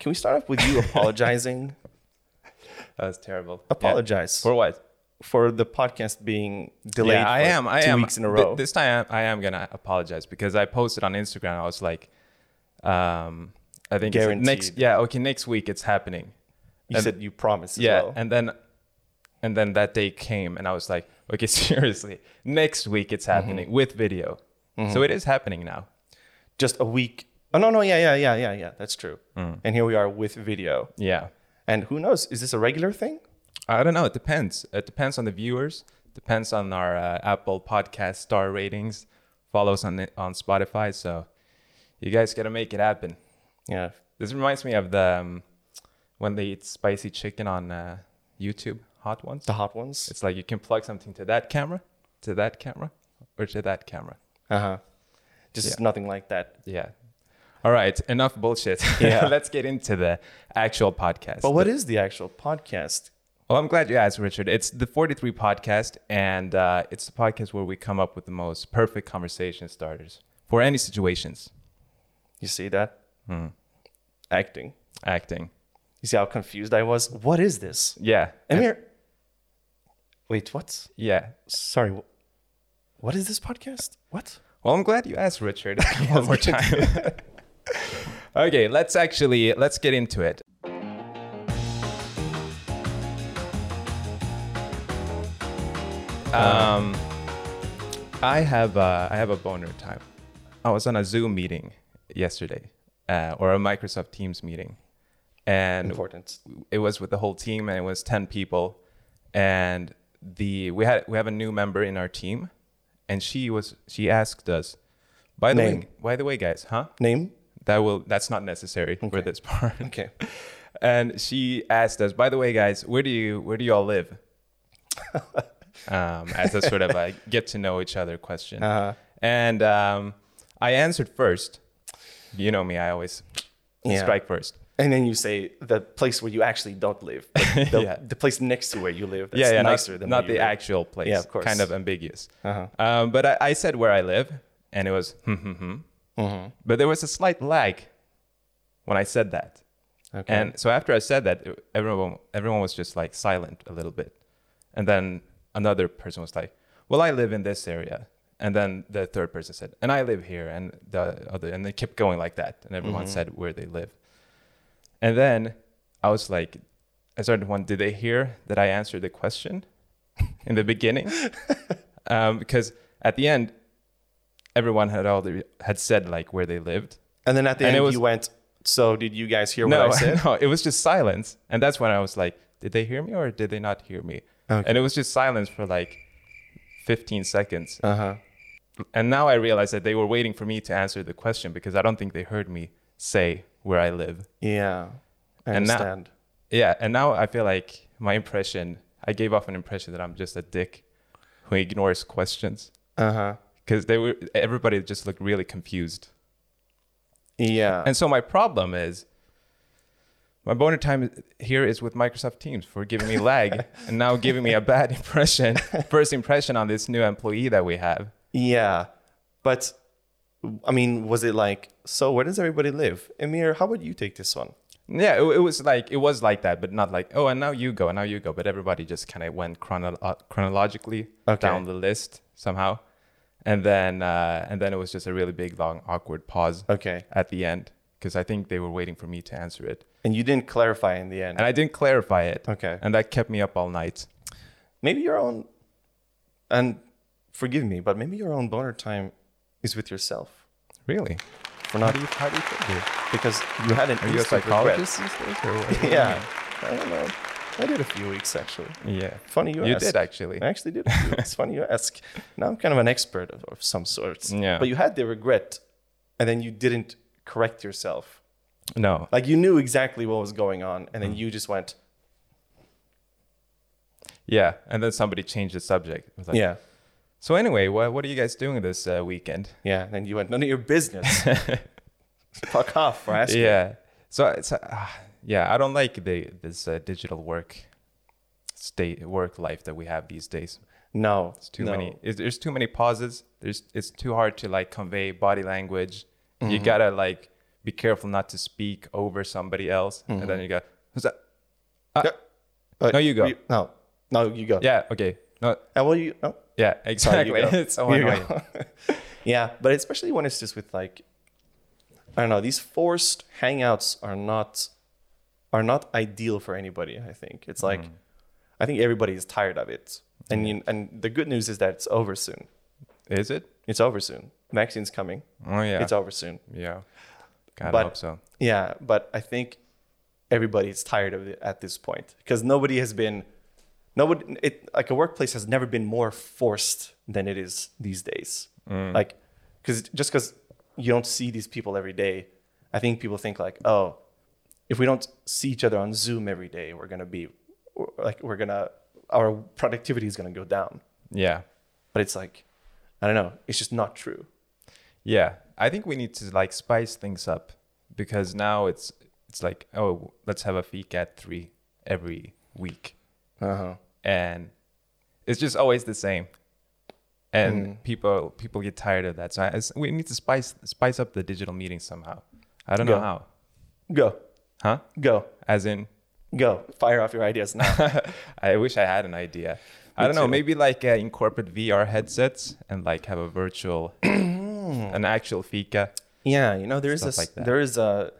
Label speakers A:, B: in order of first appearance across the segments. A: Can we start off with you apologizing?
B: That's terrible.
A: Apologize
B: Yeah. For what?
A: for the podcast being delayed.
B: Yeah, I
A: for
B: am. I
A: two
B: am.
A: weeks in a
B: Th-
A: row.
B: this time, I am gonna apologize because I posted on Instagram. I was like, um, I think it's like next.
A: Guaranteed.
B: Yeah, okay, next week it's happening.
A: you said you promised. as
B: Yeah,
A: well.
B: and then, and then that day came, and I was like, okay, seriously, next week it's
A: Mm-hmm.
B: happening with video. So it is happening now.
A: just a week. Oh no, no, yeah, yeah, yeah, yeah, yeah. That's true. And here we are with video.
B: Yeah,
A: And who knows? Is this a regular thing?
B: I don't know. It depends. It depends on the viewers. Depends on our uh, Apple Podcast star ratings. Follow us on the- on Spotify. So you guys gotta make it happen.
A: Yeah.
B: This reminds me of the um, when they eat spicy chicken on uh, YouTube, hot ones.
A: The hot ones.
B: It's like you can plug something to that camera, to that camera, or to that camera.
A: Uh huh. Just nothing like that.
B: Yeah. All right, enough bullshit.
A: Yeah.
B: Let's get into the actual podcast.
A: But what is the actual podcast?
B: Well, I'm glad you asked, Richard. It's the 43 podcast, and uh, it's the podcast where we come up with the most perfect conversation starters for any situations.
A: You see that? Acting.
B: Acting.
A: You see how confused I was? What is this?
B: Yeah.
A: And we're. Wait, what?
B: yeah.
A: Sorry. wh- What is this podcast? What?
B: Well, I'm glad you asked, Richard. One more time. okay, let's actually let's get into it. Um, I have uh, I have a boner time. I was on a Zoom meeting yesterday, uh, or a Microsoft Teams meeting, and
A: Important.
B: it was with the whole team and it was 10 people and the we had we have a new member in our team and she was she asked us by the
A: Name.
B: way by the way guys huh
A: Name?
B: that will that's not necessary for this part
A: Okay.
B: and she asked us by the way guys where do you where do you all live um, as a sort of a get to know each other question
A: Uh-huh.
B: and um, i answered first you know me i always
A: Yeah.
B: strike first
A: And then you say the place where you actually don't live, but the,
B: Yeah.
A: the place next to where you live. That's
B: yeah, yeah,
A: nicer
B: not,
A: than
B: not
A: where
B: the
A: you live.
B: actual place.
A: Yeah, of course.
B: Kind of ambiguous.
A: Uh-huh.
B: Um, but I, I said where I live, and it was hmm hmm hmm.
A: Mm-hmm.
B: But there was a slight lag when I said that,
A: Okay.
B: and so after I said that, it- everyone everyone was just like silent a little bit, and then another person was like, "Well, I live in this area." And then the third person said, "And I live here," and the other, and they kept going like that, and everyone
A: Mm-hmm.
B: said where they live. And then I was like, I started wondering, did they hear that I answered the question in the beginning? um, because at the end, everyone had all the, had said like where they lived.
A: And then at the
B: And
A: end,
B: it was-
A: you went, So did you guys hear
B: No,
A: what I said?
B: no, it was just silence, and that's when I was like, did they hear me or did they not hear me?
A: Okay.
B: And it was just silence for like 15 seconds,
A: Uh huh.
B: and now I realized that they were waiting for me to answer the question because I don't think they heard me say where I live.
A: Yeah. I
B: And now-
A: understand.
B: Yeah, and now I feel like my impression, I gave off an impression that I'm just a dick who ignores questions
A: Uh huh.
B: because they were everybody just looked really confused.
A: Yeah.
B: And so my problem is my boner time here is with Microsoft Teams for giving me lag and now giving me a bad impression, first impression on this new employee that we have.
A: yeah. But I mean, was it like, So where does everybody live? Emir, how would you take this one?
B: Yeah, it, it was like it was like that, but not like oh, and now you go, and now you go. But everybody just kind of went chrono- uh, chronologically
A: Okay.
B: down the list somehow, and then uh, and then it was just a really big, long, awkward pause
A: Okay.
B: at the end because I think they were waiting for me to answer it,
A: And you didn't clarify in the end.
B: and I didn't clarify it.
A: Okay.
B: and that kept me up all night.
A: Maybe your own, and forgive me, but maybe your own boner time is with yourself.
B: Really?
A: For not
B: How do you feel?
A: because you had an
B: Are you a
A: instant regret.
B: psychologist these days? Or what?
A: Yeah. I don't know. I did a few weeks actually.
B: yeah.
A: Funny you,
B: You
A: ask.
B: did actually.
A: I actually did. a few. it's funny you ask. Now I'm kind of an expert of, of some sorts.
B: Yeah.
A: But you had the regret, and then you didn't correct yourself.
B: No.
A: Like you knew exactly what was going on, and
B: Mm.
A: then you just went,
B: Yeah, and then somebody changed the subject. It was like,
A: yeah,
B: So anyway, what what are you guys doing this uh, weekend?
A: yeah. And then you went, none of your business. Fuck off, right?
B: yeah so it's uh, yeah i don't like the this uh, digital work state work life that we have these days
A: No,
B: it's too
A: no.
B: many it, there's
A: Mm-hmm.
B: too many pauses there's it's too hard to like convey body language you gotta like be careful not to speak over somebody else. And
A: Mm-hmm.
B: then you go, who's that?
A: Uh,
B: No, you go.
A: no, no, you go.
B: Yeah, okay. No,
A: And well, you no.
B: yeah,
A: Sorry, you
B: exactly.
A: go.
B: it's so
A: You go.
B: annoying.
A: yeah, but especially when it's just with like, I don't know. These forced hangouts are not are not ideal for anybody. I think it's
B: Mm.
A: like, I think everybody is tired of it. And you, and the good news is that it's over soon.
B: Is it?
A: It's over soon. Vaccine's coming.
B: Oh yeah.
A: It's over soon.
B: yeah. God,
A: But-
B: I hope so.
A: Yeah, but I think everybody's tired of it at this point because nobody has been, nobody, it, like a workplace has never been more forced than it is these days. Like, because just because you don't see these people every day, I think people think like, oh, if we don't see each other on Zoom every day, we're gonna be, like, we're gonna, our productivity is gonna go down.
B: Yeah.
A: But it's like, I don't know, it's just not true.
B: Yeah, I think we need to like spice things up because now it's it's like oh let's have a FeeCat three every week
A: Uh huh.
B: and it's just always the same and
A: Mm.
B: people people get tired of that so I, it's- we need to spice spice up the digital meeting somehow I don't know
A: Yeah.
B: how
A: Go,
B: huh
A: go,
B: as in
A: go. Fire off your ideas now.
B: I wish I had an idea I
A: Me
B: don't know
A: too.
B: maybe like uh, incorporate VR headsets and like have a virtual an actual FeeCat
A: Yeah, you know there is
B: Stuff
A: this
B: like that.
A: there is a,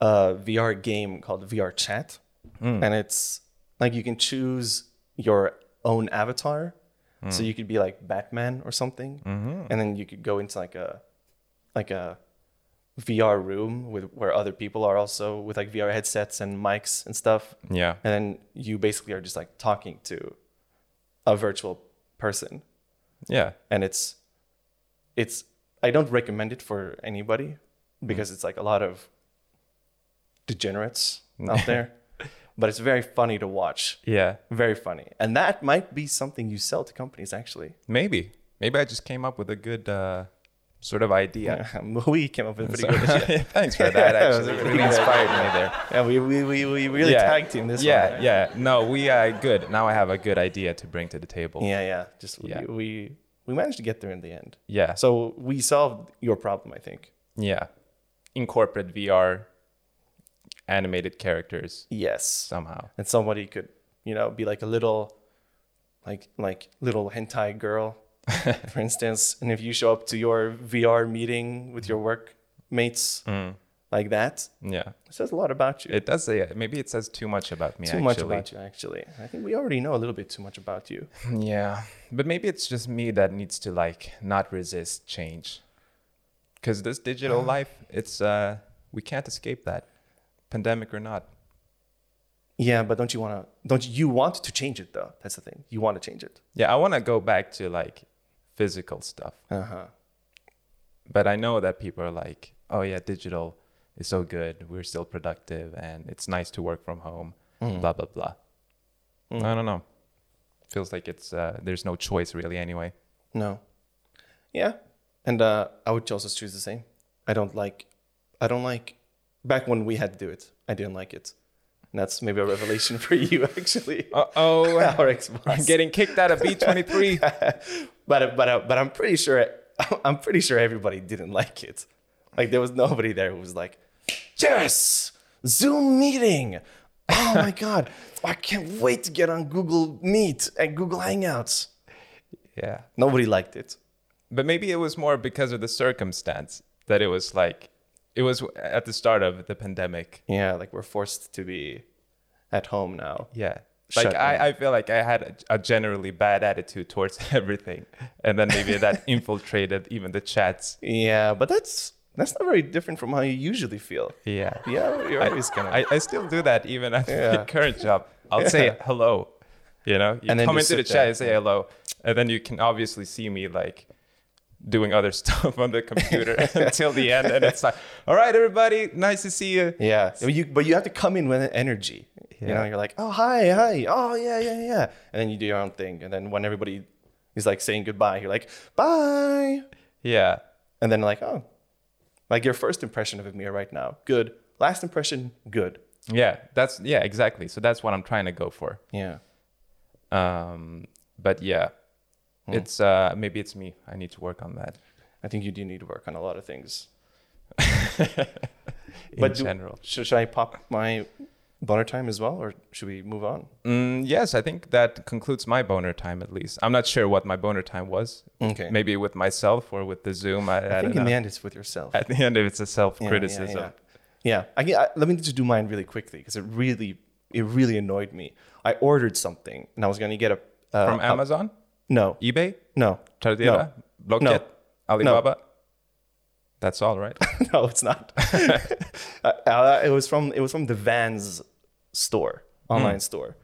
A: a VR game called VR Chat,
B: Hmm.
A: and it's like you can choose your own avatar,
B: Hmm.
A: so you could be like Batman or something,
B: Mm-hmm.
A: and then you could go into like a like a VR room with where other people are also with like VR headsets and mics and stuff,
B: yeah
A: and then you basically are just like talking to a virtual person
B: yeah
A: and it's it's I don't recommend it for anybody because it's like a lot of degenerates
B: Mm.
A: out there. But it's very funny to watch.
B: yeah
A: Very funny. And that might be something you sell to companies actually.
B: Maybe. Maybe I just came up with a good uh, sort of idea.
A: we came up with a pretty
B: Sorry.
A: good idea.
B: Thanks for that.
A: That was a
B: Actually, it
A: really
B: really
A: good
B: inspired me there.
A: Yeah, we, we, we, we really
B: yeah.
A: tagged team this
B: yeah,
A: one. right?
B: Yeah, No, we are good. Now I have a good idea to bring to the table. Yeah.
A: Yeah, yeah. Just
B: Yeah.
A: We, we we managed to get there in the end.
B: Yeah. So,
A: So we solved your problem, I think.
B: yeah. Incorporate VR animated characters
A: Yes.
B: somehow.
A: and somebody could you know be like a little like like little hentai girl for instance and if you show up to your vr meeting with your workmates
B: Mm.
A: like that
B: Yeah.
A: it says a lot about you
B: It does say, uh, maybe it says too much about me,
A: too
B: actually.
A: much about you actually i think we already know a little bit too much about you
B: Yeah, but maybe it's just me that needs to like not resist change, because this digital life, it's uh, we can't escape that, pandemic or not.
A: yeah but don't you want to don't you want to change it though that's the thing you want to change it
B: Yeah, I want to go back to like physical stuff,
A: uh-huh
B: but I know that people are like, oh yeah, digital is so good. We're still productive, and it's nice to work from home. Blah blah blah. I don't know. Feels like it's uh, there's no choice really anyway.
A: No. Yeah. And uh, I would also choose the same. I don't like, I don't like, back when we had to do it, I didn't like it. And that's maybe a revelation for you, actually.
B: Uh oh,
A: Our
B: I'm
A: Xbox.
B: getting kicked out of B twenty three.
A: but, but, uh, but I'm pretty sure, I'm pretty sure everybody didn't like it. Like there was nobody there who was like, yes, Zoom meeting. Oh my God. I can't wait to get on Google Meet and Google Hangouts.
B: Yeah.
A: Nobody liked it.
B: but maybe it was more because of the circumstance that it was like it was at the start of the pandemic
A: Yeah, like we're forced to be at home now.
B: yeah
A: Shut
B: like I, I feel like i had a, a generally bad attitude towards everything and then maybe that infiltrated even the chats
A: Yeah, but that's that's not very different from how you usually feel.
B: yeah
A: Yeah, you're always gonna.
B: I, I still do that even at
A: Yeah.
B: my current job i'll say hello you know you
A: And then
B: come
A: you
B: into the
A: sit
B: chat
A: there.
B: and say hello and then you can obviously see me like doing other stuff on the computer until the end and it's like all right everybody nice to see you
A: yeah, but you but you have to come in with energy. You know,
B: Yeah.
A: you're like, oh hi, hi, oh yeah, yeah, yeah, and then you do your own thing, and then when everybody is like saying goodbye, you're like, bye,
B: Yeah.
A: and then like, oh, like your first impression of Amir right now, good. Last impression, good.
B: Yeah. That's yeah, exactly. So that's what I'm trying to go for.
A: Yeah,
B: Um but yeah.
A: Hmm.
B: It's uh maybe it's me. I need to work on that.
A: I think you do need to work on a lot of things.
B: in
A: But do-
B: general.
A: Should, should I pop my boner time as well, or should we move on?
B: Mm, yes, I think that concludes my boner time at least. I'm not sure what my boner time was.
A: Okay.
B: Maybe with myself or with the Zoom. I, I,
A: I think
B: don't
A: in
B: know.
A: the end, it's with yourself.
B: at the end, it's a self
A: Yeah, yeah,
B: criticism.
A: Yeah, yeah. I, get- I, let me just do mine really quickly because it really, it really annoyed me. I ordered something and I was going to get a uh,
B: From
A: a-
B: Amazon,
A: no,
B: eBay,
A: no,
B: Tardera, Blockjet,
A: No.
B: Alibaba. That's all, right?
A: no, it's not. uh, uh, it was from it was from the Vans store, online store,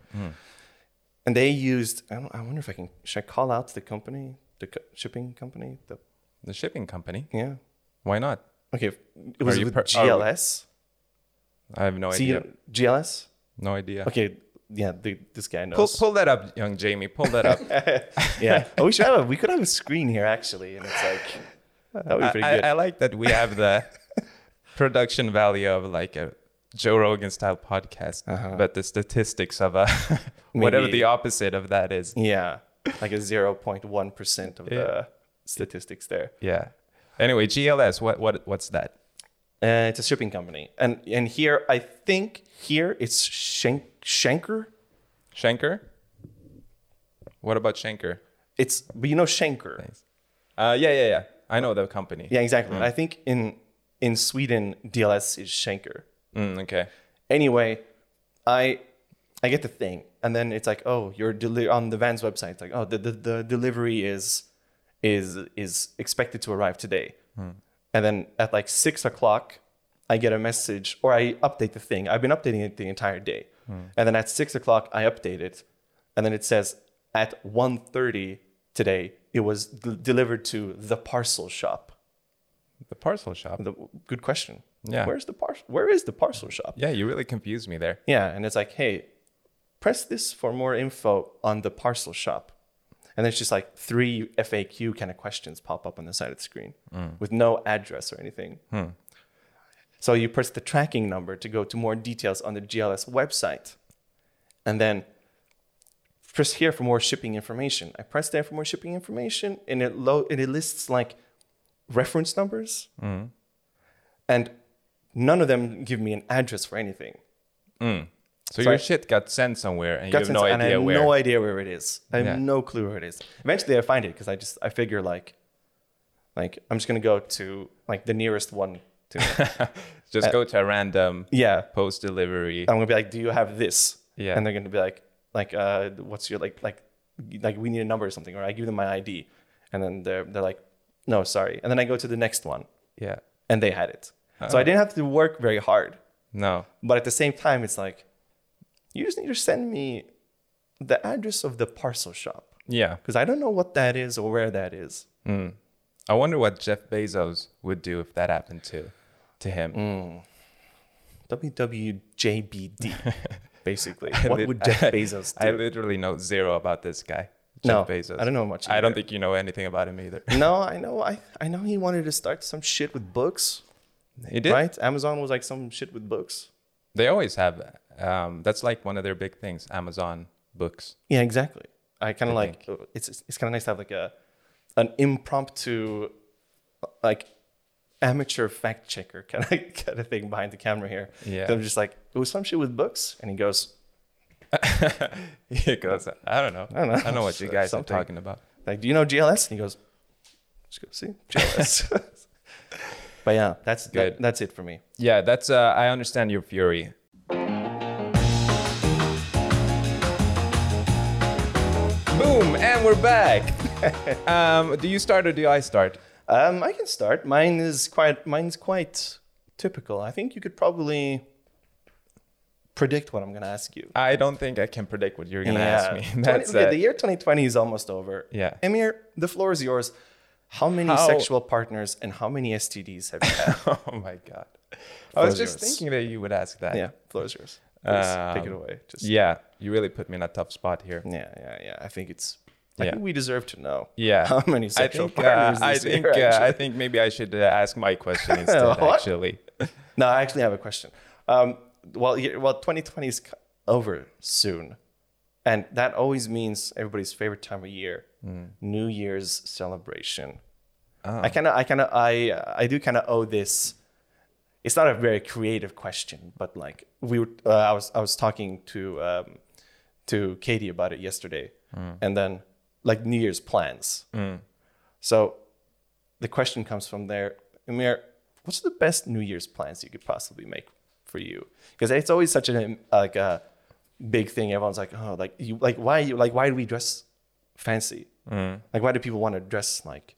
A: and they used. I, don't, I wonder if I can. Should I call out the company, the co- shipping company? The
B: the shipping company.
A: yeah.
B: Why not?
A: Okay, it was
B: you
A: with
B: per- are we-
A: GLS.
B: I have no
A: See,
B: idea.
A: GLS.
B: No idea.
A: Okay, yeah, the, this guy
B: Pull,
A: knows.
B: pull that up, young Jamie. Pull that up.
A: yeah. Oh, we should have a, we could have a screen here actually, and it's like that would be
B: I,
A: pretty
B: I-
A: good.
B: I like that we have the production value of like a Joe Rogan style podcast, but the statistics of a
A: Uh-huh.
B: whatever
A: Maybe. Mm.
B: the opposite of that is.
A: yeah, like a zero point one percent of
B: Yeah.
A: the statistics there.
B: Yeah. Anyway, GLS. What what what's that?
A: Uh, it's a shipping company, and and here I think here it's Shank, Shanker.
B: Shanker. What about Shanker?
A: It's but you know Shanker.
B: Uh, yeah, yeah, yeah. I know the company.
A: Yeah, exactly. And I think in in Sweden DLS is Shanker.
B: Mm, okay.
A: Anyway, I I get the thing, and then it's like, oh, you're deli- on the van's website. It's like, oh, the, the the delivery is is is expected to arrive today, and then at like six o'clock, I get a message or I update the thing. I've been updating it the entire day, and then at six o'clock I update it, and then it says at 1.30 today it was d- delivered to the parcel shop.
B: The parcel shop.
A: The, good question.
B: Yeah.
A: Where's the parcel? Where is the parcel shop?
B: Yeah, you really confused me there.
A: Yeah, and it's like, hey, press this for more info on the parcel shop. And there's just like three FAQ kind of questions pop up on the side of the screen with no address or anything. So you press the tracking number to go to more details on the GLS website. And then press here for more shipping information. I press there for more shipping information and it lo- and it lists like reference numbers. And none of them give me an address for anything. So
B: So, your
A: I-
B: shit got sent somewhere, and you
A: Got
B: have
A: sense,
B: no
A: and I
B: idea
A: have
B: where.
A: no idea where it is. I have
B: Yeah.
A: no clue where it is. Eventually, I find it because I just I figure like, like I'm just gonna go to like the nearest one to. me.
B: Just go to a random
A: yeah,
B: post delivery.
A: I'm gonna be like, do you have this?
B: Yeah.
A: and they're gonna be like, like, uh, what's your like, like, like we need a number or something, or I give them my ID, and then they're they're like, no, sorry, and then I go to the next one,
B: yeah.
A: and they had it.
B: Uh-huh.
A: so I didn't have to work very hard.
B: No.
A: But at the same time, it's like, you just need to send me the address of the parcel shop
B: Yeah.
A: because I don't know what that is or where that is.
B: I wonder what Jeff Bezos would do if that happened to to him.
A: Mm. WWJBD, basically. what would Jeff Bezos
B: I
A: do?
B: literally know zero about this guy.
A: No,
B: Jeff Bezos.
A: I don't know much
B: I don't
A: either.
B: think you know anything about him either.
A: no, I know. I, I know he wanted to start some shit with books,
B: He did.
A: right? Amazon was like some shit with books.
B: They always have. Um, that's like one of their big things. Amazon books.
A: Yeah, exactly. I kind of like it's it's- it's kind of nice to have like a an impromptu like amateur fact checker kind of kind of thing behind the camera here.
B: Yeah.
A: So I'm just like, it was some shit with books, and he goes,
B: he goes, I don't know. I
A: don't know.
B: what you guys
A: Something.
B: are talking about.
A: like, do you know GLS? And he goes, just go see GLS. but yeah, that's that-
B: Good.
A: that's it for me.
B: Yeah, that's. Uh, I understand your fury. Boom, and we're back. um, do you start or do I start?
A: Um, I can start. Mine is quite mine's quite typical. I think you could probably predict what I'm going to ask you.
B: I don't think I can predict what you're gonna ask
A: 20
B: me. That's
A: look at
B: uh,
A: the year 2020 is almost over.
B: Yeah.
A: Emir, the floor is yours. How many
B: How-
A: sexual partners and how many STDs have you had?
B: oh my god. I was
A: Floor's
B: just
A: yours.
B: thinking that you would ask that.
A: yeah, floor is yours. Please, take it
B: Um,
A: away. Just yeah.
B: Yeah, you really put me in a tough spot here.
A: yeah, yeah, I think it's. I
B: Yeah.
A: think we deserve to know.
B: Yeah.
A: How many
B: I
A: sexual
B: think. Uh,
A: partners?
B: I
A: this
B: think.
A: year,
B: uh, I
A: actually?
B: think maybe I should uh, ask my question instead.
A: What?
B: Actually.
A: No, I actually have a question. Um, well, yeah, well, 2020 is c- over soon, and that always means everybody's favorite time of year, New Year's celebration. I kind of, I kind of, I, I do kind of owe this. it's not a very creative question, but like we were, uh, I was I was talking to um, to Katie about it yesterday, and then like New Year's plans. So the question comes from there, Amir. What's the best New Year's plans you could possibly make for you? Because it's always such an like a big thing. Everyone's like, oh, like you like why you like why do we dress fancy?
B: Mm.
A: Like why do people want to dress like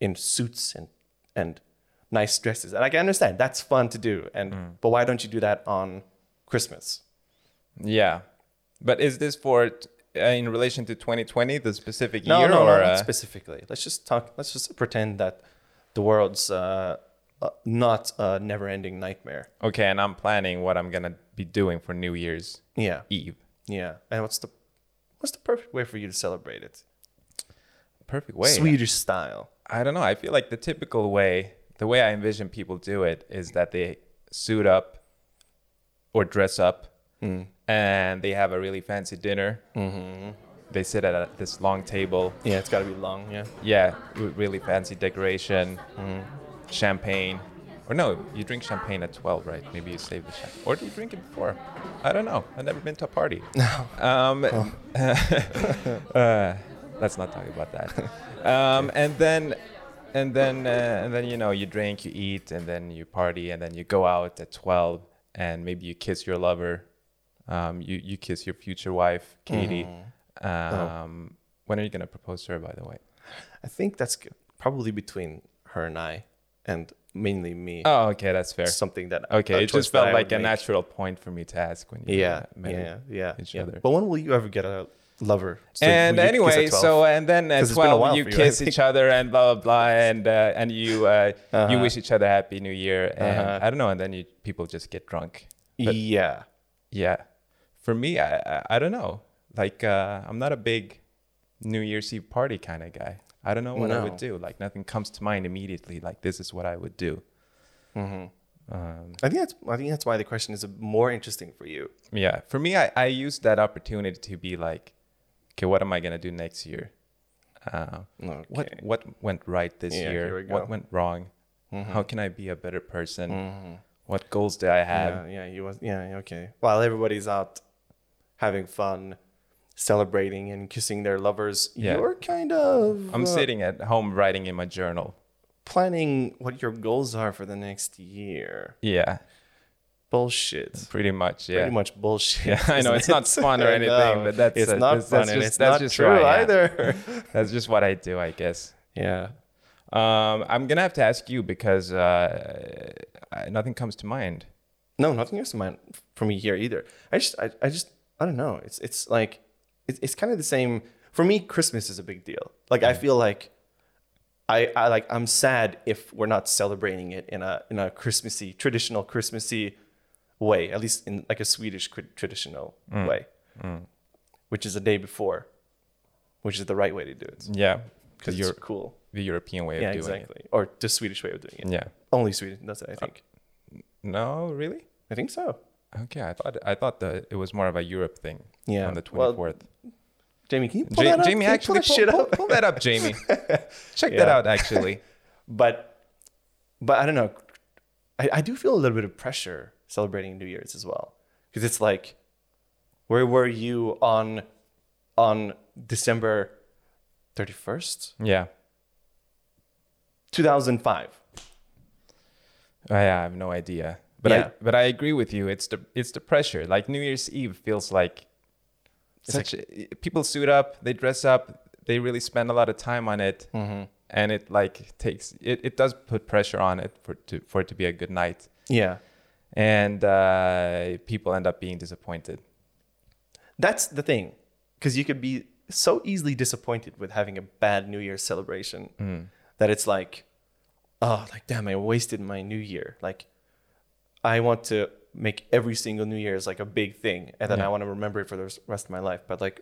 A: in suits and and nice dresses? And I can understand that's fun to do, and
B: Mm.
A: but why don't you do that on Christmas?
B: Yeah, but is this for t- uh, in relation to 2020, the specific
A: No,
B: year,
A: no,
B: or
A: no, not
B: uh,
A: specifically. Let's just talk. Let's just pretend that the world's uh, uh, not a never-ending nightmare.
B: okay? And I'm planning what I'm gonna be doing for New Year's
A: Yeah,
B: Eve.
A: yeah. And what's the what's the perfect way for you to celebrate it?
B: Perfect way.
A: Swedish style.
B: I don't know. I feel like the typical way, the way I envision people do it, is that they suit up or dress up,
A: Mm.
B: and they have a really fancy dinner. Mm-hmm. They sit at a, this long table.
A: Yeah, it's got to be long. Yeah.
B: Yeah, with really fancy decoration, mm, champagne. Or no, you drink champagne at 12, right? Maybe you save the champagne. Or do you drink it before? I don't know. I've never been to a party. No. Um, uh, let's not talk about that. Um, and then, and then, uh, and then you know, you drink, you eat, and then you party, and then you go out at 12, and maybe you kiss your lover. Um, you, you kiss your future wife, Katie. Um, When are you going to propose to her, by the way?
A: I think that's g- probably between her and I, and mainly me.
B: Oh, okay, that's fair.
A: Something that a
B: Okay, it
A: choice
B: just
A: that I
B: felt
A: would
B: like a
A: make.
B: natural point for me to ask when you
A: Yeah,
B: uh, met
A: yeah, yeah,
B: each
A: yeah.
B: other.
A: But when will you ever get a lover? So
B: and
A: will you kiss at
B: anyway,
A: 12?
B: so and then at
A: 'Cause it's been a while
B: twelve you
A: for you, I
B: kiss
A: think.
B: each other and blah blah blah, and uh, and you uh, you wish each other happy new year, and
A: Uh-huh.
B: I don't know, and then you people just get drunk.
A: yeah,
B: Yeah, for me, I I, I don't know. Like uh, I'm not a big New Year's Eve party kind of guy. I don't know what I
A: No.
B: would do. Like nothing comes to mind immediately. Like this is what I would do.
A: I think that's I think that's why the question is more interesting for you.
B: Yeah, for me, I, I used that opportunity to be like, okay, what am I gonna do next year? Uh,
A: Okay.
B: What what went right this
A: Yeah, here we
B: year?
A: go. Mm-hmm.
B: What went wrong? How can I be a better person? What goals do I have?
A: yeah, yeah, you was yeah, yeah, okay. While everybody's out having fun, celebrating and kissing their lovers,
B: Yeah.
A: you're kind of
B: I'm
A: uh,
B: sitting at home writing in my journal.
A: planning what your goals are for the next year.
B: Yeah,
A: Bullshit.
B: pretty much. Yeah,
A: Pretty much bullshit.
B: Yeah, I know,
A: isn't
B: it's not
A: it?
B: fun or
A: I
B: anything,
A: know.
B: but that's-
A: it's
B: uh,
A: not
B: that's-
A: fun
B: that's
A: and
B: just-
A: it's
B: that's
A: not
B: just
A: true
B: why, yeah.
A: either.
B: that's just what I do, I guess.
A: yeah.
B: Um, I'm gonna have to ask you because uh, I- nothing comes to mind.
A: No, nothing else to mind for me here either. I just, I, I just, I don't know. It's, it's like, it's, it's kind of the same for me. Christmas is a big deal. Like
B: Mm.
A: I feel like, I, I like, I'm sad if we're not celebrating it in a, in a Christmassy, traditional Christmassy way, at least in like a Swedish cri- traditional
B: Mm.
A: way, which is a day before, which is the right way to do it
B: Yeah,
A: because
B: because
A: it's
B: Mm. you're
A: cool.
B: the European way of
A: Yeah,
B: doing
A: exactly. Or the Swedish way of doing it.
B: it. Yeah. Uh,
A: Only Sweden does it, I think.
B: No, really?
A: I think so.
B: Okay, I thought I thought that it was more of a Europe thing.
A: Yeah,
B: On the
A: well,
B: 24th.
A: Jamie, can you pull
B: Ja-
A: that up?
B: Jamie,
A: Can you
B: actually,
A: pull
B: pull,
A: that shit
B: pull-
A: up.
B: pull that up, Jamie. Check that
A: Yeah.
B: out, actually.
A: but but I don't know. I, I do feel a little bit of pressure celebrating New Year's as well because it's like, where were you on on December thirty first,
B: Yeah.
A: two thousand five?
B: I I have no idea. But
A: Yeah.
B: I but I agree with you. It's the it's the pressure. Like New Year's Eve feels like such a- people suit up, they dress up, they really spend a lot of time on it.
A: Mm-hmm.
B: And it like takes it, it does put pressure on it for to for it to be a good night.
A: Yeah,
B: And uh, people end up being disappointed.
A: that's the thing because you could be so easily disappointed with having a bad New Year's celebration that it's like, oh, like damn, I wasted my New Year. Like, I want to make every single New Year's like a big thing, and then I want to remember it for the res- rest of my life. But like,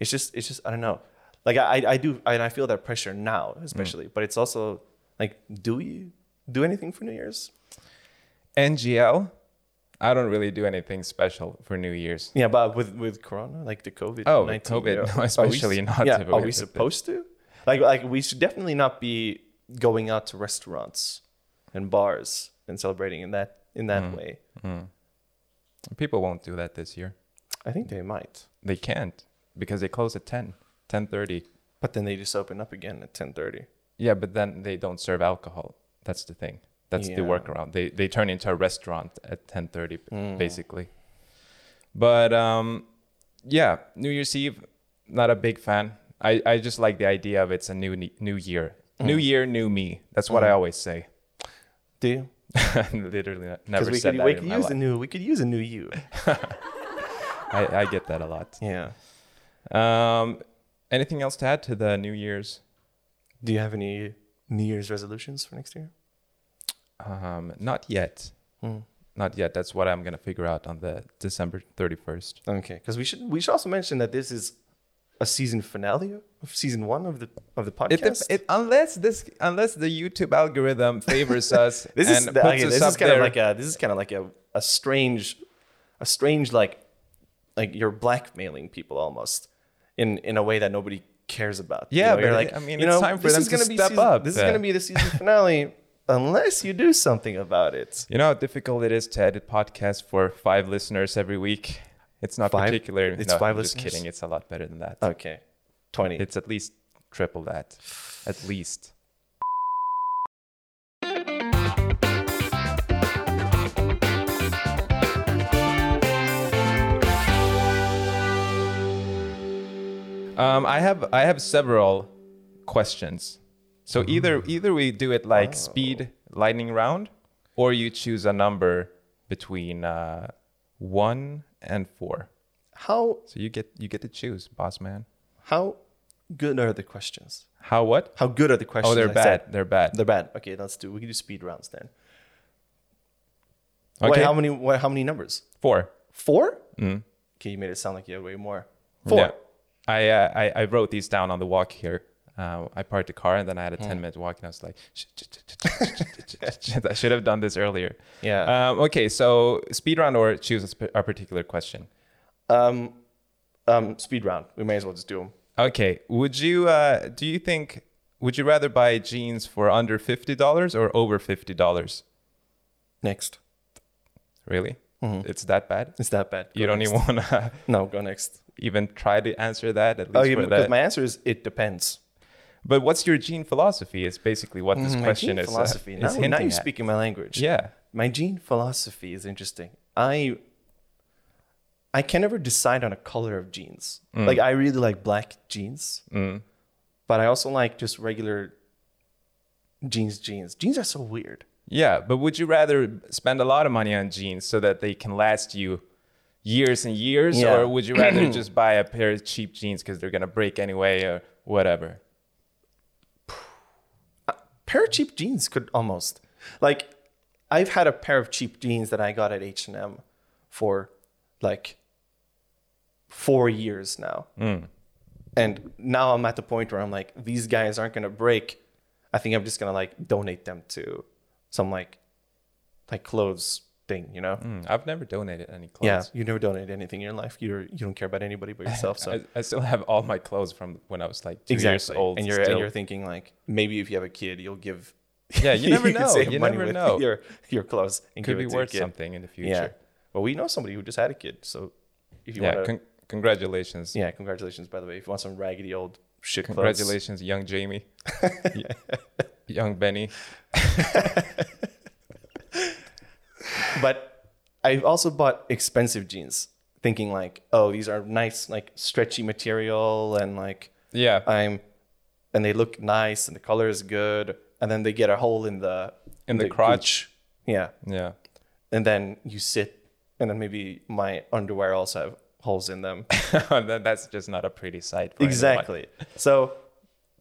A: it's just, it's just, I don't know. Like I, I- I do, and I feel that pressure now, especially. But it's also like, do you do anything for New Year's?
B: NGL, I don't really do anything special for New Year's.
A: Yeah, but with with Corona, like the COVID.
B: Oh, with COVID, no, especially not
A: Yeah,
B: if
A: are
B: we-
A: we supposed to? Like, like we should definitely not be going out to restaurants and bars and celebrating in that in that
B: Mm.
A: way.
B: Mm. People won't do that this year.
A: I think they might,
B: They can't because they close at 10, 10.30.
A: but then they just open up again at ten thirty.
B: Yeah, but then they don't serve alcohol. That's the thing. That's the
A: Yeah.
B: workaround. They they turn into a restaurant at 10:30
A: Mm.
B: basically. But um yeah, New Year's Eve not a big fan. I I just like the idea of it's a new ne- new year.
A: Mm.
B: New year, new me. That's what I always say.
A: Do you?
B: Literally ne-
A: Because
B: never
A: we
B: said
A: could
B: that
A: we
B: in
A: could
B: my
A: use a
B: life.
A: new we could use a new you.
B: I, I get that a lot.
A: yeah.
B: Um anything else to add to the New Year's?
A: Do you have any New Year's resolutions for next year?
B: Um not yet.
A: Hmm.
B: Not yet. That's what I'm going to figure out on the December 31st.
A: Okay, because we should we should also mention that this is a season finale of season one of the of the
B: It, dep-
A: podcast.
B: it unless this unless the YouTube algorithm favors us
A: this is
B: and
A: the,
B: puts
A: okay,
B: us
A: this
B: up
A: is kind of
B: there.
A: like a this is kind of like a, a strange a strange like like you're blackmailing people almost in in a way that nobody cares about.
B: Yeah,
A: you're
B: but I mean,
A: you
B: it's
A: know,
B: time for
A: this
B: them
A: is
B: to
A: gonna be
B: step
A: season-
B: up.
A: This is gonna be the season finale unless you do something about it.
B: you know how difficult it is to edit podcasts for five listeners every week. It's not
A: Five?
B: particular.
A: It's
B: no,
A: five
B: I'm just
A: listeners?
B: kidding. It's a lot better than that.
A: Okay, twenty.
B: It's at least triple that. At least. Um, I have I have several questions. So either either we do it like speed lightning round, or you choose a number between uh, one and four.
A: how
B: So you get you get to choose, boss man.
A: how good are the questions?
B: How what?
A: How good are the questions?
B: Oh, they're
A: I said?
B: bad. They're bad.
A: They're bad. Okay, let's do. We can do speed rounds then.
B: Okay.
A: Wait, how many? What, how many numbers?
B: Four.
A: Four? Okay, you made it sound like you had way more. Four.
B: Mm. Yeah. I, uh, I I wrote these down on the walk here. Uh, I parked the car and then I had a
A: Hmm.
B: ten minute walk and I was like, "Shh, shh, shh, shh, shh, shh, shh, I should have done this earlier.
A: Yeah.
B: Um, okay. So speed round or choose a, sp- a particular question.
A: Um, um, speed round. We may as well just do them.
B: Okay. Would you uh, do you think would you rather buy jeans for under fifty dollars or over fifty dollars?
A: Next.
B: Really? It's that bad.
A: Mm-hmm. It's that bad. Go
B: You don't
A: next.
B: even want to
A: No, go next.
B: even try to answer that at least
A: Oh, you,
B: for
A: because
B: that.
A: my answer is it depends.
B: But what's your gene philosophy? Is basically what this
A: Mm, my
B: question
A: gene
B: is. uh,
A: philosophy.
B: is
A: now, now
B: hinting
A: you're
B: at.
A: speaking my language.
B: Yeah.
A: My gene philosophy is interesting. I I can never decide on a color of jeans.
B: Mm.
A: Like I really like black jeans, but I also like just regular jeans. Jeans. Jeans are so weird.
B: Yeah, but would you rather spend a lot of money on jeans so that they can last you years and years,
A: Yeah.
B: or would you rather just buy a pair of cheap jeans because they're gonna break anyway or whatever?
A: pair of cheap jeans could almost like i've had a pair of cheap jeans that i got at h&m for like four years now
B: Mm.
A: and now i'm at the point where i'm like these guys aren't gonna break i think i'm just gonna like donate them to some like like clothes thing you know
B: Mm, I've never donated any clothes.
A: yeah you never donate anything in your life you're you don't care about anybody but yourself so
B: I, I still have all my clothes from when I was like two years
A: exactly
B: old.
A: and you're
B: still.
A: and you're thinking like maybe if you have a kid you'll give
B: Yeah, you never
A: can
B: know.
A: save
B: You
A: money
B: never
A: with
B: know.
A: your your clothes and
B: could
A: give
B: be
A: it to
B: worth
A: your kid.
B: something in the future.
A: Yeah. Well, we know somebody who just had a kid, so if you
B: Yeah,
A: want to,
B: con- congratulations.
A: yeah, congratulations. By the way, if you want some raggedy old shit clothes,
B: Congratulations, young Jamie. Y- young Benny.
A: But I also bought expensive jeans, thinking like, oh, these are nice, like stretchy material, and like
B: Yeah.
A: I'm, and they look nice, and the color is good, and then they get a hole in the
B: In the crotch.
A: gooch. Yeah,
B: yeah.
A: and then you sit, and then maybe my underwear also have holes in them.
B: That- That's just not a pretty sight. for anyone.
A: exactly so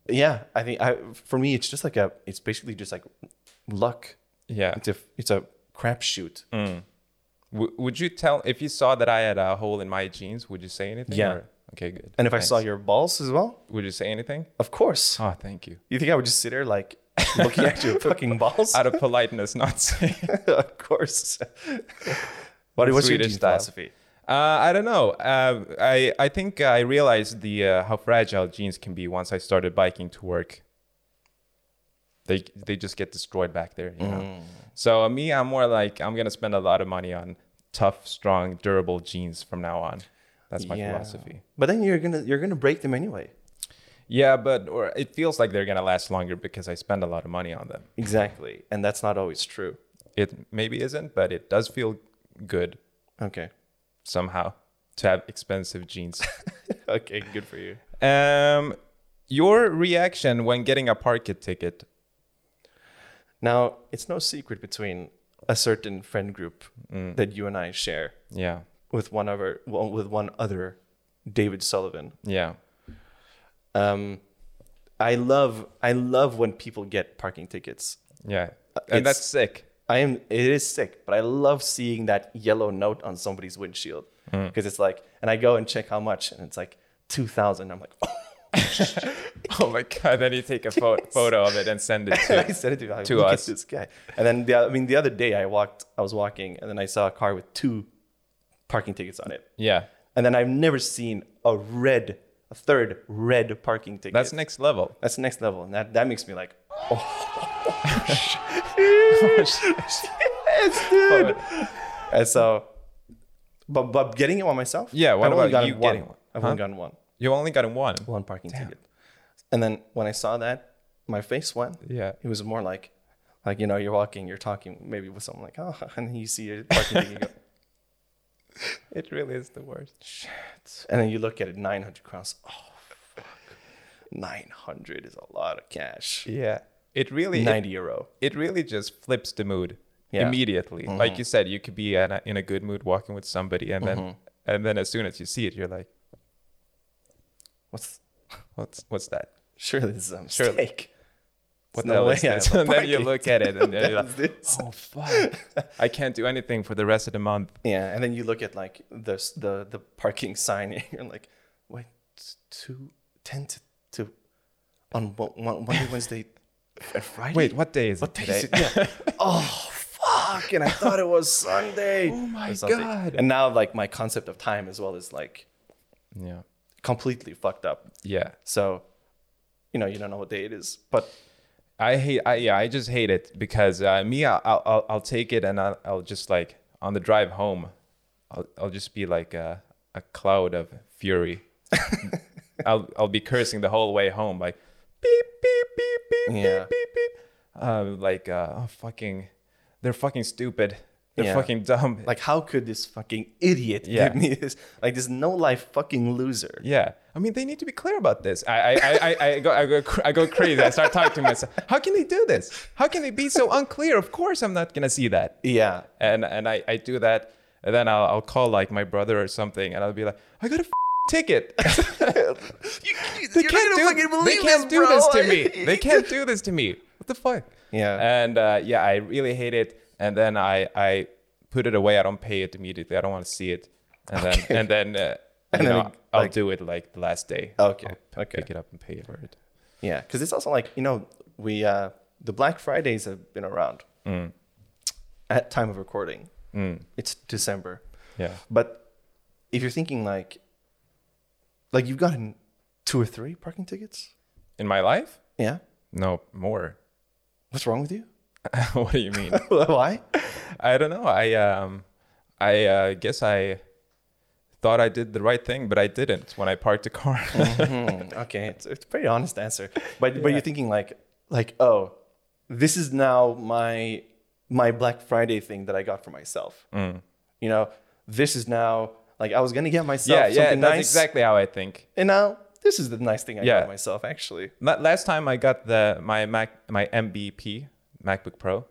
A: yeah i think i for me it's just like a it's basically just like luck
B: Yeah.
A: it's a it's a crapshoot
B: W- would you tell if you saw that I had a hole in my jeans? Would you say anything?
A: Yeah.
B: or- okay, good.
A: and if i saw
B: Thanks.
A: your balls as well
B: would you say anything?
A: of course
B: Oh, thank you.
A: you think i would just sit there like looking at your fucking balls
B: Out of politeness, not saying.
A: of course what, what's your
B: Swedish
A: gene
B: style.
A: philosophy
B: Uh, I don't know. Uh, I I think I realized the uh, how fragile jeans can be once I started biking to work. they they just get destroyed back there. You know.
A: Mm.
B: So uh, me, I'm more like I'm gonna spend a lot of money on tough, strong, durable jeans from now on. That's my
A: Yeah.
B: philosophy.
A: But then you're gonna you're gonna break them anyway.
B: Yeah, but or it feels like they're gonna last longer because I spend a lot of money on them.
A: Exactly, and that's not always true.
B: It maybe isn't, but it does feel good
A: Okay.
B: somehow to have expensive jeans.
A: okay, good for you.
B: um, your reaction when getting a parking ticket?
A: Now it's no secret between a certain friend group
B: Mm.
A: that you and I share
B: Yeah,
A: with one other well, with one other David Sullivan.
B: yeah,
A: Um, I love I love when people get parking tickets.
B: yeah,
A: it's-
B: and that's sick.
A: I am it is sick, but I love seeing that yellow note on somebody's windshield
B: Mm.
A: because it's like, and I go and check how much, and it's like two thousand. I'm like,
B: Oh my god! Then you take a pho- photo of it and send it
A: And
B: to.
A: I said it to, him, like,
B: To
A: Look
B: us.
A: at this guy. And then the, I mean, the other day I walked, I was walking, and then I saw a car with two parking tickets on it.
B: Yeah,
A: And then I've never seen a red, a third red parking ticket.
B: that's next level.
A: that's next level, and that, that makes me like, oh. yes, dude. and so, but but getting it one myself.
B: Yeah, what
A: I've only
B: about
A: gotten
B: you
A: one.
B: getting one?
A: I've
B: Huh?
A: only gotten one,
B: You only gotten one.
A: one parking ticket. And then when I saw that, my face went.
B: Yeah.
A: It was more like, like you know, you're walking, you're talking, maybe with someone like, oh, and then you see a parking ticket, you go,
B: It really is the worst.
A: and then you look at it, 900 crowns. Oh, fuck. 900 is a lot of cash.
B: Yeah. It really it
A: 90 euro.
B: it really just flips the mood
A: Yeah. Mm-hmm.
B: immediately. Like you said, you could be in a, in a good mood walking with somebody, and then
A: Mm-hmm.
B: and then as soon as you see it, you're like,
A: What's
B: "What's what's that?
A: surely this is a mistake.
B: Surely.
A: There's
B: What the hell
A: way
B: is
A: I
B: this?"
A: have a
B: And then you
A: parking
B: look at it, and then you're
A: ticket
B: like,
A: as this.
B: "Oh fuck, I can't do anything for the rest of the month."
A: Yeah, and then you look at like the s- the the parking sign, and you're like, wait, t- two ten to to on Mo- Mo- Monday, Wednesday, and Friday.
B: Wait, what day is
A: What
B: it
A: day
B: today?
A: is it? Yeah. oh fuck! And I thought it was Sunday. Oh
B: my God.
A: And now like my concept of time as well is like
B: yeah,
A: completely fucked up.
B: yeah.
A: So, you know, you don't know what day it is, but
B: I hate. I yeah. I just hate it because uh, me, I'll, I'll I'll- I'll take it and I'll, I'll just like on the drive home, I'll I'll just be like a, a cloud of fury. I'll I'll be cursing the whole way home like beep beep beep beep
A: Yeah.
B: beep beep beep, uh, like uh, oh, fucking, they're fucking stupid. They're
A: Yeah.
B: fucking dumb.
A: like, how could this fucking idiot
B: Yeah.
A: give me this? Like this no life fucking loser.
B: Yeah, I mean, they need to be clear about this. I, I, I, I, I go, I go, cr- I go crazy. I start talking to myself. How can they do this? How can they be so unclear? Of course, I'm not gonna see that.
A: Yeah.
B: And and I, I do that, and then I'll, I'll call like my brother or something, and I'll be like, I got a f- ticket.
A: You, you,
B: They can't do, they can't do this to me. They can't do this to me. What the fuck?
A: Yeah.
B: And uh, yeah, I really hate it. And then I, I put it away. I don't pay it immediately. I don't want to see it. And
A: Okay.
B: then and then, uh,
A: And
B: you
A: then,
B: know, I'll
A: like-
B: do it like the last day.
A: Okay,
B: I'll
A: okay.
B: Pick it up and pay for it.
A: Yeah, because it's also like you know we uh, the Black Fridays have been around
B: Mm.
A: at time of recording. It's December,
B: Yeah.
A: but if you're thinking like, like you've gotten two or three parking tickets.
B: In my life?
A: Yeah,
B: No more.
A: what's wrong with you?
B: what do you mean?
A: Why?
B: I don't know. I um, I uh, guess I thought I did the right thing, but I didn't when I parked the car.
A: Hmm, okay, it's, it's a pretty honest answer. But but you're thinking like like oh, this is now my my Black Friday thing that I got for myself.
B: Mm.
A: You know, this is now like I was gonna get myself
B: yeah, yeah.
A: something
B: That's
A: nice,
B: exactly how I think.
A: and now this is the nice thing I
B: Yeah.
A: got myself actually.
B: La- Last time I got the my Mac my MBP MacBook Pro,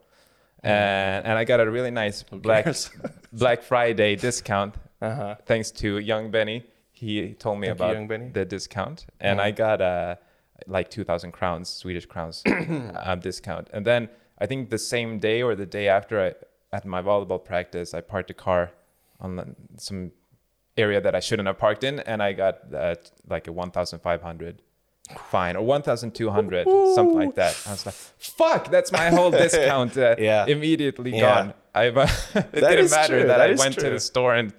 B: and and I got a really nice
A: Mm.
B: black
A: cares?
B: Black Friday discount
A: Uh-huh.
B: thanks to Young Benny. He told me
A: you,
B: about
A: Young Benny.
B: the discount, and I got uh, like two thousand crowns, Swedish crowns, um, discount. And then I think the same day or the day after, I, at my volleyball practice, I parked the car on the- some area that I shouldn't have parked in, and I got uh, like a one thousand five hundred fine or 1200 something like that i was like fuck that's my whole discount uh,
A: Yeah.
B: immediately
A: Yeah.
B: gone i it didn't
A: is
B: matter
A: true,
B: that,
A: that
B: i
A: is
B: went to
A: true.
B: the store and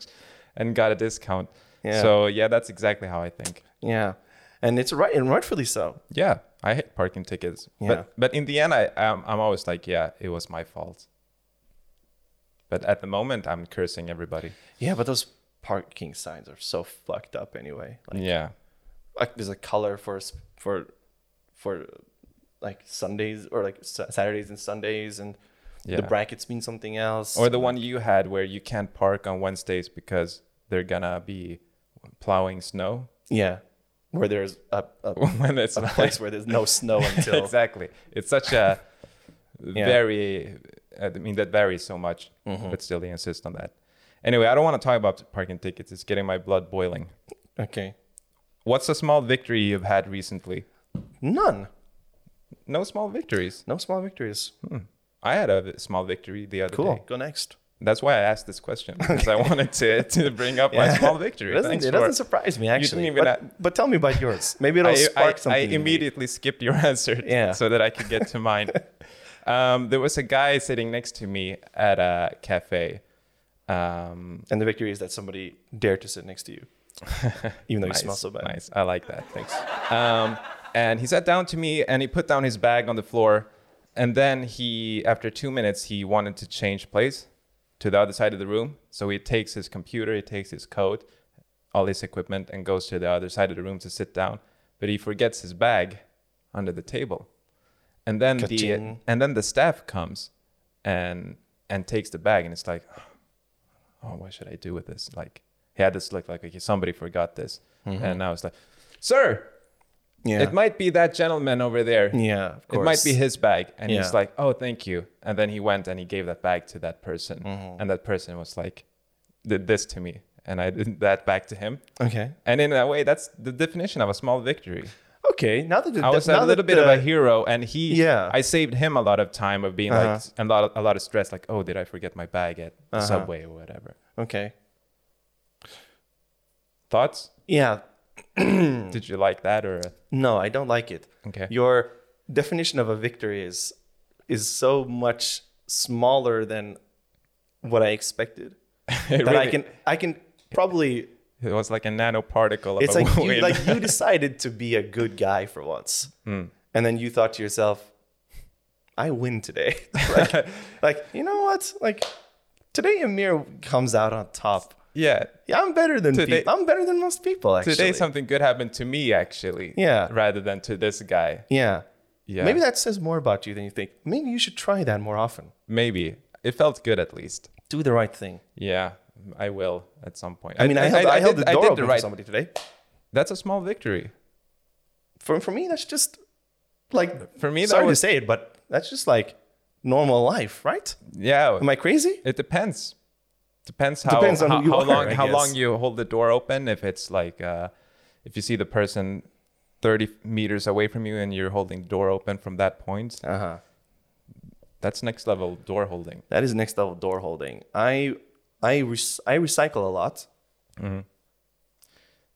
B: and got a discount
A: Yeah.
B: so yeah that's exactly how i think
A: Yeah, and it's right and rightfully so.
B: yeah I hate parking tickets.
A: Yeah.
B: But but in the end, I um, I'm always like, yeah, it was my fault. But at the moment, I'm cursing everybody.
A: Yeah, but those parking signs are so fucked up anyway. Like,
B: yeah.
A: like there's a color for s- for for like Sundays or like Sa- Saturdays and Sundays, and
B: Yeah.
A: the brackets mean something else.
B: Or the one you had where you can't park on Wednesdays because they're gonna be plowing snow
A: yeah, where there's a, a,
B: when it's
A: a
B: not-
A: place where there's no snow until
B: exactly. It's such a very. uh, I mean that varies so much,
A: Mm-hmm.
B: but still they insist on that. Anyway, I don't want to talk about parking tickets. It's getting my blood boiling.
A: okay,
B: What's a small victory you've had recently?
A: none,
B: No small victories.
A: no small victories.
B: I had a v- small victory the other day.
A: go next.
B: That's why I asked this question because I wanted to, to bring up my
A: Yeah.
B: small
A: It
B: victory.
A: doesn't,
B: Thanks
A: it
B: for-
A: doesn't surprise me actually.
B: even
A: but, but tell me about yours. Maybe it'll
B: I, I,
A: spark something.
B: I
A: in me.
B: immediately skipped your answer t-
A: Yeah.
B: so that I could get to mine. um, there was a guy sitting next to me at a cafe. Um,
A: And the victory is that somebody dared to sit next to you, even though
B: nice,
A: you smell so bad.
B: nice. I like that. Thanks. Um, and he sat down to me and he put down his bag on the floor. And then he, after two minutes, he wanted to change place to the other side of the room. So he takes his computer, he takes his coat, all his equipment, and goes to the other side of the room to sit down. But he forgets his bag under the table. And then the
A: Ka-ching.
B: and then the staff comes and and takes the bag and it's like, oh, what should I do with this? Like he had this look like okay, somebody forgot this. And I was like, Sir,
A: Yeah,
B: it might be that gentleman over there.
A: yeah, of
B: It
A: course.
B: might be his bag. And
A: Yeah.
B: he's like, oh, thank you. And then he went and he gave that bag to that person.
A: Mm-hmm.
B: And that person was like, did this to me. And I did that back to him.
A: okay.
B: And in a way, that's the definition of a small victory.
A: Okay, now that the,
B: I was
A: now
B: a
A: that
B: little bit
A: the-
B: of a hero, and he,
A: Yeah.
B: I saved him a lot of time of being
A: Uh-huh.
B: like a lot, of, a lot of stress, like, oh, did I forget my bag at the
A: Uh-huh.
B: subway or whatever?
A: okay.
B: Thoughts?
A: Yeah, Hmm.
B: Did you like that or?
A: no, I don't like it.
B: Okay.
A: Your definition of a victory is is so much smaller than what I expected
B: It
A: that I
B: really-
A: can I can probably
B: It was like a nanoparticle of
A: it's
B: a
A: like
B: win.
A: you, like you decided to be a good guy for once,
B: Hmm.
A: and then you thought to yourself, "I win today." like, like you know what? Like today, Amir comes out on top.
B: yeah.
A: Yeah, I'm better than
B: Today-
A: peop- I'm better than most people. Actually,
B: Today something good happened to me actually.
A: Yeah.
B: Rather than to this guy.
A: Yeah.
B: Yeah.
A: Maybe that says more about you than you think. Maybe you should try that more often.
B: Maybe it felt good at least.
A: Do the right thing.
B: Yeah, I will at some point.
A: I mean, I, held, I, held
B: did-
A: the door
B: did
A: open for somebody today.
B: That's a small victory.
A: For, for me, that's just like,
B: For me, that
A: sorry
B: was-
A: to say it, but that's just like normal life, right?
B: Yeah.
A: Am I crazy?
B: It depends. Depends how
A: Depends on
B: how,
A: who you
B: how
A: are,
B: long
A: I
B: how long
A: guess.
B: you hold the door open. If it's like uh, if you see the person thirty meters away from you and you're holding the door open from that point,
A: Uh huh.
B: that's next level door holding.
A: That is next level door holding. I I rec- I recycle a lot.
B: Mm-hmm.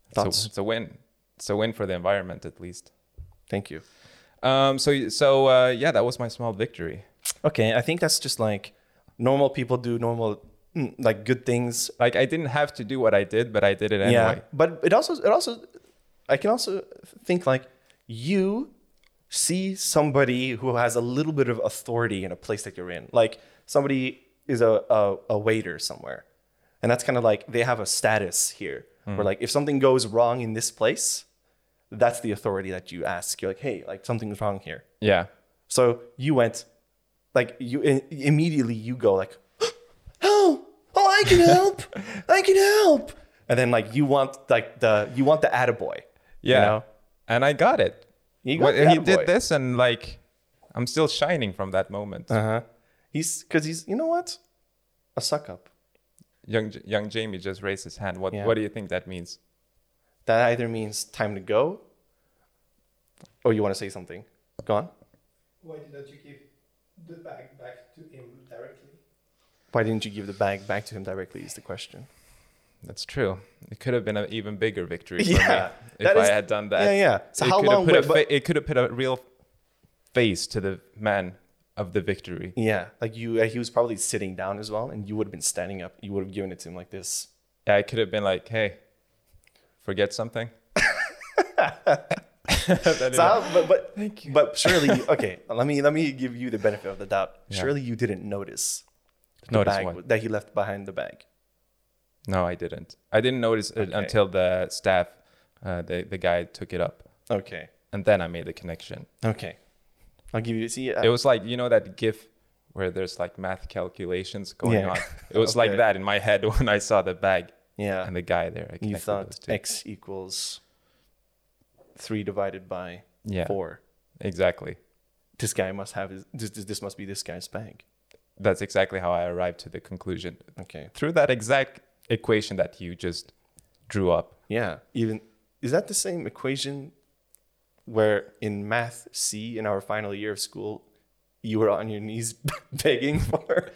B: It's a,
A: Thoughts?
B: it's a win. It's a win for the environment at least.
A: Thank you.
B: Um. So so uh, yeah, that was my small victory.
A: Okay, I think that's just like normal people do normal mm, like good things
B: Like I didn't have to do what I did, but I did it anyway.
A: but it also it also I can also think like you see somebody who has a little bit of authority in a place that you're in. Like somebody is a a, a waiter somewhere, and that's kind of like they have a status here.
B: Hmm.
A: Where like if something goes wrong in this place, that's the authority that you ask. You're like, hey, like something's wrong here.
B: Yeah.
A: So you went, like you i- immediately you go like, help! Oh, I can help! I can help! And then like you want like the you want the attaboy.
B: Yeah.
A: You know?
B: And I got it.
A: You got
B: What-
A: the
B: he
A: attaboy.
B: did this and like I'm still shining from that moment.
A: Uh huh. He's because he's you know what, a suck up.
B: Young J- young Jamie just raised his hand. What
A: Yeah.
B: what do you think that means?
A: That either means time to go. Or you want to say something? Go on.
C: Why didn't you give the bag back to him directly?
A: Why didn't you give the bag back to him directly? Is the question.
B: That's true. It could have been an even bigger victory for
A: Yeah,
B: me if
A: that is-
B: I had done that.
A: yeah, yeah. So
B: it
A: how
B: could have
A: long
B: put
A: wait,
B: a
A: but-
B: fa- it could have put a real face to the man of the victory.
A: Yeah, like you, uh, he was probably sitting down as well, and you would have been standing up. You would have given it to him like this.
B: Yeah, I could have been like, "Hey, forget something."
A: So I- but but But surely, okay. Let me let me give you the benefit of the doubt.
B: Yeah.
A: Surely you didn't notice the
B: Notice
A: bag
B: what?
A: that he left behind the bag.
B: No, I didn't. I didn't notice it
A: Okay.
B: until the staff, uh, the the guy took it up,
A: Okay.
B: and then I made the connection.
A: Okay. I'll give you. See, uh,
B: It
A: I,
B: was like you know that GIF where there's like math calculations going
A: Yeah.
B: on. It was
A: Okay.
B: like that in my head when I saw the bag
A: yeah.
B: and the guy there. I
A: You
B: connected those
A: thought
B: two.
A: x equals three divided by
B: yeah,
A: four.
B: exactly.
A: This guy must have his. This, this this must be this guy's bag.
B: That's exactly how I arrived to the conclusion
A: Okay.
B: through that exact equation that you just drew up.
A: Yeah. Even is that the same equation where in math C in our final year of school you were on your knees begging for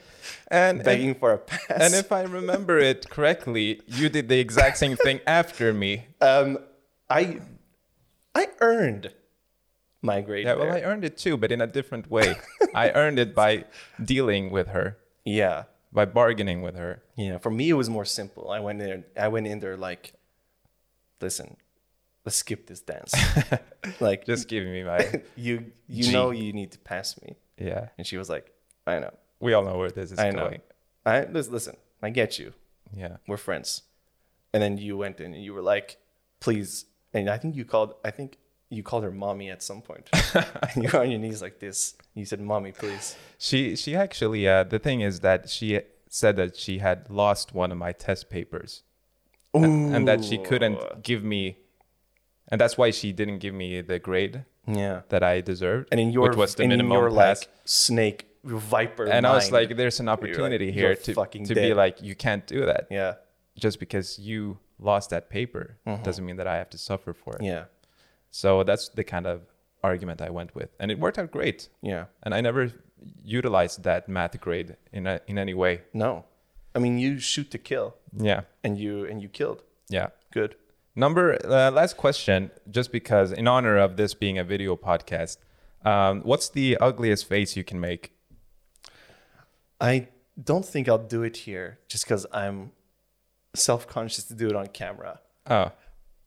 B: And and,
A: begging for a pass.
B: and if I remember it correctly, you did the exact same thing after me.
A: um, I I earned my grade.
B: Yeah, well, I
A: there.
B: earned it too, but in a different way. I earned it by dealing with her,
A: yeah,
B: by bargaining with her.
A: yeah. For me, it was more simple. I went in. I went in there like, listen, let's skip this dance. like,
B: Just giving me my
A: you you
B: Gee.
A: know you need to pass me.
B: yeah.
A: And she was like, I know,
B: We all know where this is
A: I know.
B: going.
A: I lis- listen. I get you.
B: Yeah,
A: We're friends. And then you went in and you were like, please. And I think you called. I think you called her mommy at some point. and you were on your knees like this. You said, "Mommy, please."
B: she she actually. Uh, the thing is that she said that she had lost one of my test papers, and, and that she
A: Ooh.
B: couldn't give me, and that's why she didn't give me the grade
A: Yeah.
B: that I deserved,
A: and in your
B: which was the
A: and in
B: minimum
A: your,
B: pass.
A: like snake viper
B: and I was
A: mind.
B: like, "There's an opportunity here
A: "You're
B: to
A: fucking
B: to be
A: dead."
B: like, you can't do that."
A: yeah
B: just because you lost that paper doesn't mean that I have to suffer for it.
A: yeah
B: So that's the kind of argument I went with, and it worked out great.
A: yeah
B: And I never utilized that math grade in a, in any way.
A: no i mean you shoot to kill
B: Yeah,
A: and you and you killed
B: yeah.
A: good
B: Number uh, last question, just because in honor of this being a video podcast, um, what's the ugliest face you can make?
A: i don't think i'll do it here just because i'm self-conscious to do it on camera
B: Oh,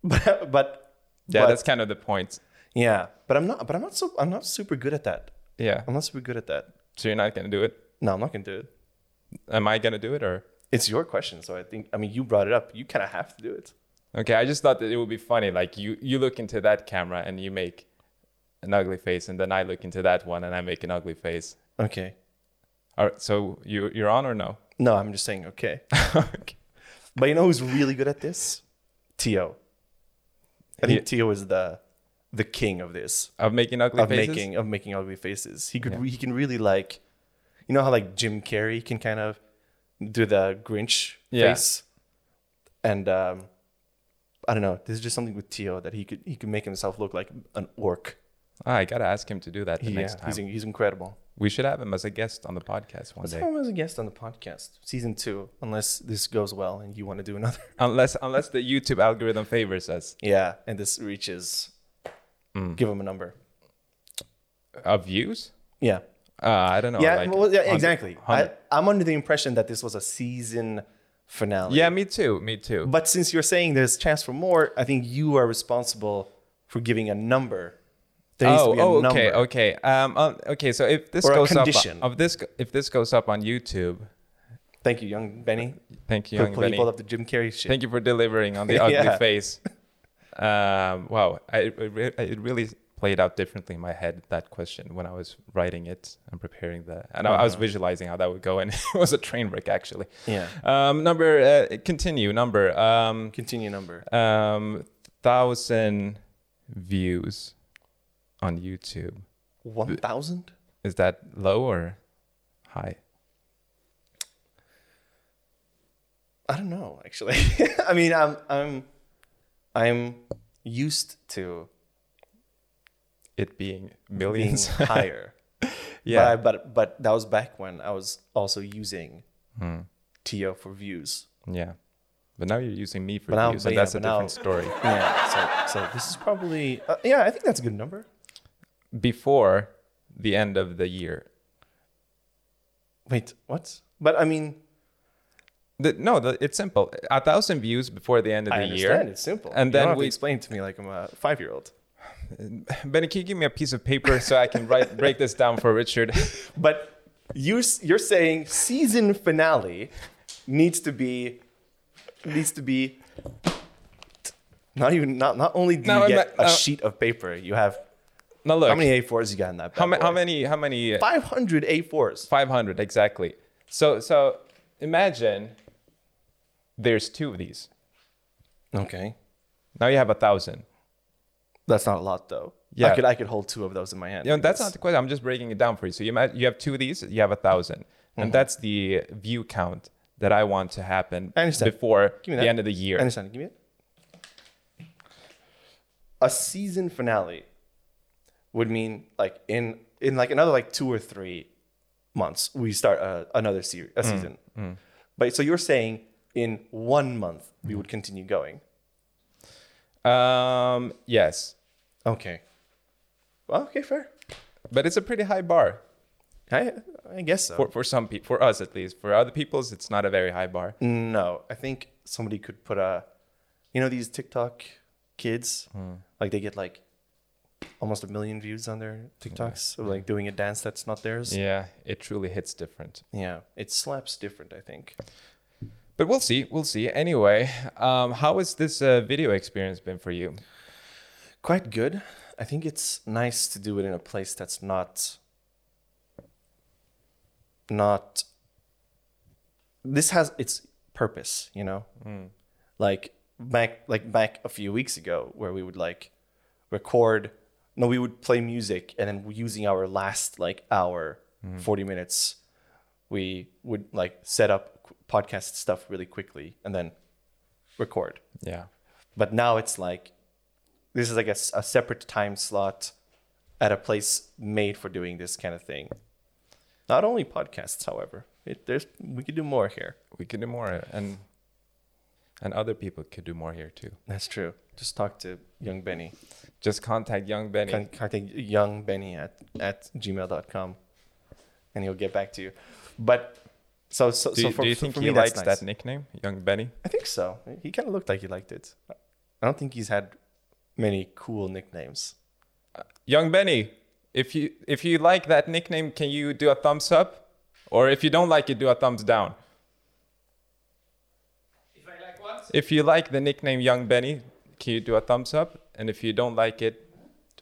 A: but but
B: yeah,
A: but,
B: that's kind of the point.
A: yeah but i'm not but i'm not so i'm not super good at that
B: Yeah.
A: i'm not super good at that
B: So you're not gonna do it.
A: no i'm not gonna do it
B: Am I gonna do it or?
A: it's your question so i think i mean you brought it up you kind of have to do it
B: Okay, I just thought that it would be funny. Like you, you look into that camera and you make an ugly face, and then I look into that one and I make an ugly face.
A: okay
B: All right, so you you're on or no?
A: no i'm just saying okay
B: Okay.
A: But you know who's really good at this? Tio. I think
B: Yeah.
A: Tio is the the king of this
B: Of making ugly
A: of
B: faces.
A: making of making ugly faces. He could
B: Yeah.
A: re- he can really like, you know how like Jim Carrey can kind of do the Grinch
B: Yeah.
A: face, and um, I don't know. There's just something with Tio that he could he could make himself look like an orc.
B: Ah, I gotta ask him to do that the
A: Yeah,
B: next time.
A: he's in- he's incredible.
B: We should have him as a guest on the podcast one
A: Let's have
B: day.
A: him as a guest on the podcast, season two, unless this goes well and you want to do another.
B: Unless unless the YouTube algorithm favors us.
A: Yeah, and this reaches.
B: Mm.
A: Give him a number.
B: Uh, views?
A: Yeah.
B: Uh, I don't know.
A: yeah,
B: like
A: well, yeah,
B: 100
A: exactly. I,
B: 100.
A: I'm under the impression that this was a season finale.
B: yeah, me too. Me too.
A: But since you're saying there's chance for more, I think you are responsible for giving a number. There needs to
B: oh,
A: be a
B: oh,
A: number.
B: okay, okay. Um, uh, okay. So if this
A: Or a
B: goes up,
A: condition.
B: of this, if this goes up on YouTube,
A: Thank you, young Benny.
B: thank you,
A: for
B: young
A: pulling-
B: Benny.
A: pulled up the Jim Carrey shit.
B: Thank you for delivering on the ugly
A: Yeah.
B: face. Um, wow, I, it, re- it really played out differently in my head that question when I was writing it and preparing the, and I, I
A: Uh-huh.
B: was visualizing how that would go, and it was a train wreck actually.
A: Yeah.
B: Um, number, uh, continue number, um,
A: Continue number.
B: um, thousand views on YouTube.
A: 1,000?
B: Is that low or high?
A: I don't know, actually. I mean, I'm, I'm, I'm used to
B: It being
A: being
B: millions.
A: higher. But, I,
B: yeah,
A: but but that was back when I was also using
B: Hmm.
A: Tio for views.
B: yeah. But now you're using me for
A: But now-
B: views,
A: but
B: and
A: yeah,
B: that's a
A: but now-
B: different story.
A: Yeah. So so this is probably uh, yeah. I think that's a good number.
B: before the end of the year.
A: Wait, what? But I mean,
B: The, no, the, it's simple. A thousand views before the end of
A: I
B: the
A: understand.
B: year.
A: It's simple.
B: And
A: You don't
B: then
A: have to
B: we-
A: explain to me like I'm a five year old.
B: Benny, can you give me a piece of paper so I can write break this down for Richard?
A: But you s- you're saying season finale needs to be needs to be not even not not only do
B: No,
A: you
B: I'm
A: get
B: not-
A: a
B: no.
A: sheet of paper, you have
B: Now look,
A: how many A4s you got in that?
B: how, ma- how many? How many? uh,
A: Five hundred A4s.
B: Five hundred exactly. So so imagine there's two of these.
A: Okay,
B: Now you have a thousand.
A: that's not a lot though. I
B: Yeah.
A: could I could hold two of those in my hand.
B: You know,
A: I
B: that's
A: guess.
B: not the question. I'm just breaking it down for you. So you imagine you have two of these. You have a 1000
A: Mm-hmm.
B: and that's the view count that I want to happen
A: I understand.
B: before
A: Give me
B: the
A: that.
B: end of the year.
A: I understand. Give me it. A season finale would mean like in in like another like two or three months we start a, another series a
B: Mm.
A: season. But so you're saying in one month
B: Mm.
A: we would continue going.
B: Um, yes,
A: Okay. Well, okay, fair.
B: but it's a pretty high bar
A: I I guess so.
B: for, for some people, for us at least. For other people's, it's not a very high bar.
A: No, I think somebody could put a, you know, these TikTok kids, like they get like almost a million views on their TikToks of like doing a dance that's not theirs. Yeah,
B: Yeah, it truly hits different.
A: it slaps different, I think.
B: But we'll see. We'll see. Anyway, um, how has this uh, video experience been for you?
A: Quite good. I think it's nice to do it in a place that's not, not, this has its purpose, you know? like back like back a few weeks ago where we would like record no we would play music and then using our last like hour 40 minutes we would like set up qu- podcast stuff really quickly and then record
B: Yeah.
A: but now it's like this is like a, s- a separate time slot at a place made for doing this kind of thing not only podcasts however it, there's we could do more here
B: We could do more, and and other people could do more here too.
A: that's true just talk to young benny
B: Just contact young Benny.
A: Con- contact young benny at, at gmail.com and he'll get back to you but so so,
B: do,
A: so
B: you-
A: for,
B: do you
A: for-
B: think
A: for
B: he
A: me
B: likes
A: that's nice.
B: that nickname, Young Benny?
A: i think so he kind of looked like he liked it i don't think he's had many cool nicknames
B: Young Benny, if you if you like that nickname, can you do a thumbs up? Or if you don't like it, do a thumbs down.
C: If I like what?
B: If you like the nickname Young Benny, can you do a thumbs up? And if you don't like it,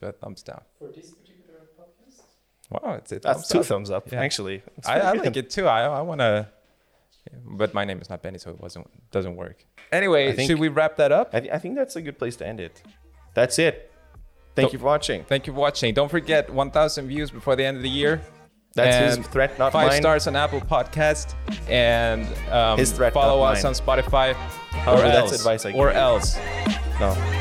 B: do a thumbs down.
C: For this particular podcast?
B: Wow, it's a
A: that's
B: thumbs
A: two
B: up.
A: thumbs up
B: Yeah.
A: actually It's
B: I,
A: pretty
B: I
A: good.
B: like it too. I I wanna, but my name is not Benny, so it wasn't doesn't work. Anyway,
A: I think-
B: should we wrap that up?
A: I, th- I think that's a good place to end it that's it thank
B: So-
A: you for watching
B: Thank you for watching. Don't forget 1,000 views before the end of the year.
A: That's his
B: And
A: threat, not
B: five
A: mine.
B: stars on Apple Podcast and um,
A: His threat,
B: follow
A: not
B: us
A: mine.
B: on Spotify.
A: However,
B: or
A: that's
B: else,
A: advice I
B: Or
A: give you.
B: else.
A: no